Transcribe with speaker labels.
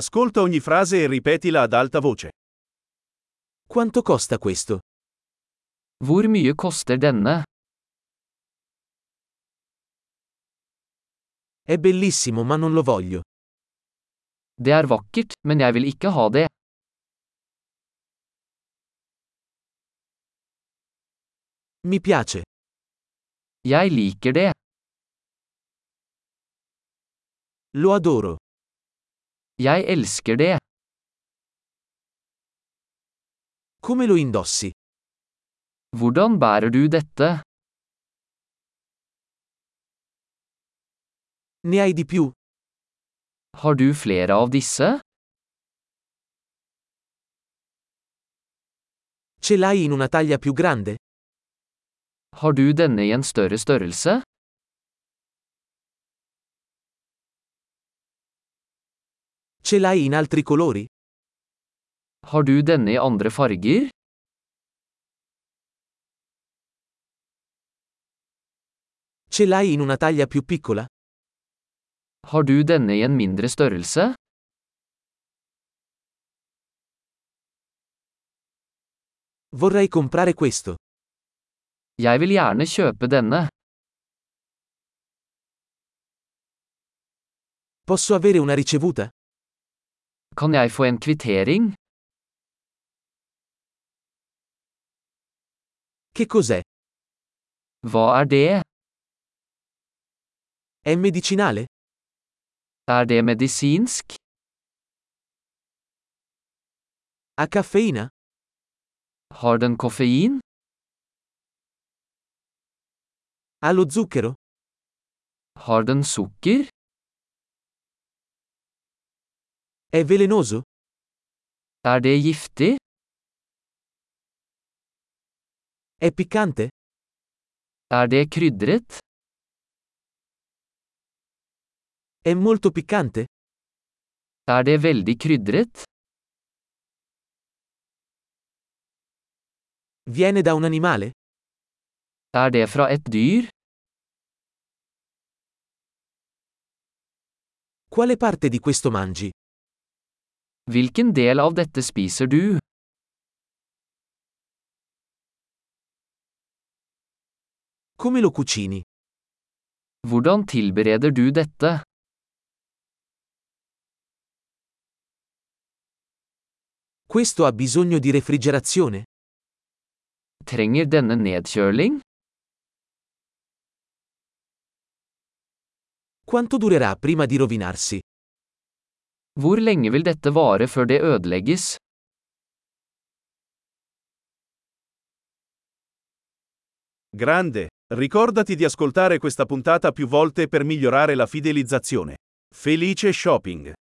Speaker 1: Ascolta ogni frase e ripetila ad alta voce. Quanto costa questo?
Speaker 2: Hvor mye koster denne?
Speaker 1: È bellissimo ma non lo voglio.
Speaker 2: Det er vakkert, men jeg vil ikke ha det.
Speaker 1: Mi piace.
Speaker 2: Jeg liker det.
Speaker 1: Lo adoro.
Speaker 2: Jeg elsker det.
Speaker 1: Come lo indossi?
Speaker 2: Hvordan bærer du dette?
Speaker 1: Ne hai di più?
Speaker 2: Har du flere av disse?
Speaker 1: Ce l'hai in una taglia più grande?
Speaker 2: Har du denne i en større størrelse?
Speaker 1: Ce l'hai in altri colori?
Speaker 2: Har du denne i andre farger?
Speaker 1: Ce l'hai in una taglia più piccola?
Speaker 2: Har du denne i en mindre størrelse?
Speaker 1: Vorrei comprare questo.
Speaker 2: Jeg vil gjerne kjøpe denne.
Speaker 1: Posso avere una ricevuta?
Speaker 2: Kan jeg få en kvittering?
Speaker 1: Che cos'è?
Speaker 2: Hva er det?
Speaker 1: È medicinale?
Speaker 2: Er det medisinsk?
Speaker 1: Ha caffeina?
Speaker 2: Har den koffein?
Speaker 1: Ha lo zucchero?
Speaker 2: Har den sukker?
Speaker 1: È velenoso?
Speaker 2: Er det giftig?
Speaker 1: È piccante?
Speaker 2: Er det krydret?
Speaker 1: È molto piccante?
Speaker 2: Er det veldig krydret?
Speaker 1: Viene da un animale?
Speaker 2: Er det fra et dyr?
Speaker 1: Quale parte di questo mangi?
Speaker 2: Hvilken del av dette spiser du?
Speaker 1: Come lo cucini?
Speaker 2: Hvordan tilbereder du dette?
Speaker 1: Questo ha bisogno di refrigerazione?
Speaker 2: Trenger denne nedkjøling?
Speaker 1: Quanto durerà prima di rovinarsi?
Speaker 2: Hvor lenge vil dette vare før det ødelegges?
Speaker 1: Grande, ricordati di ascoltare questa puntata più volte per migliorare la fidelizzazione. Felice shopping!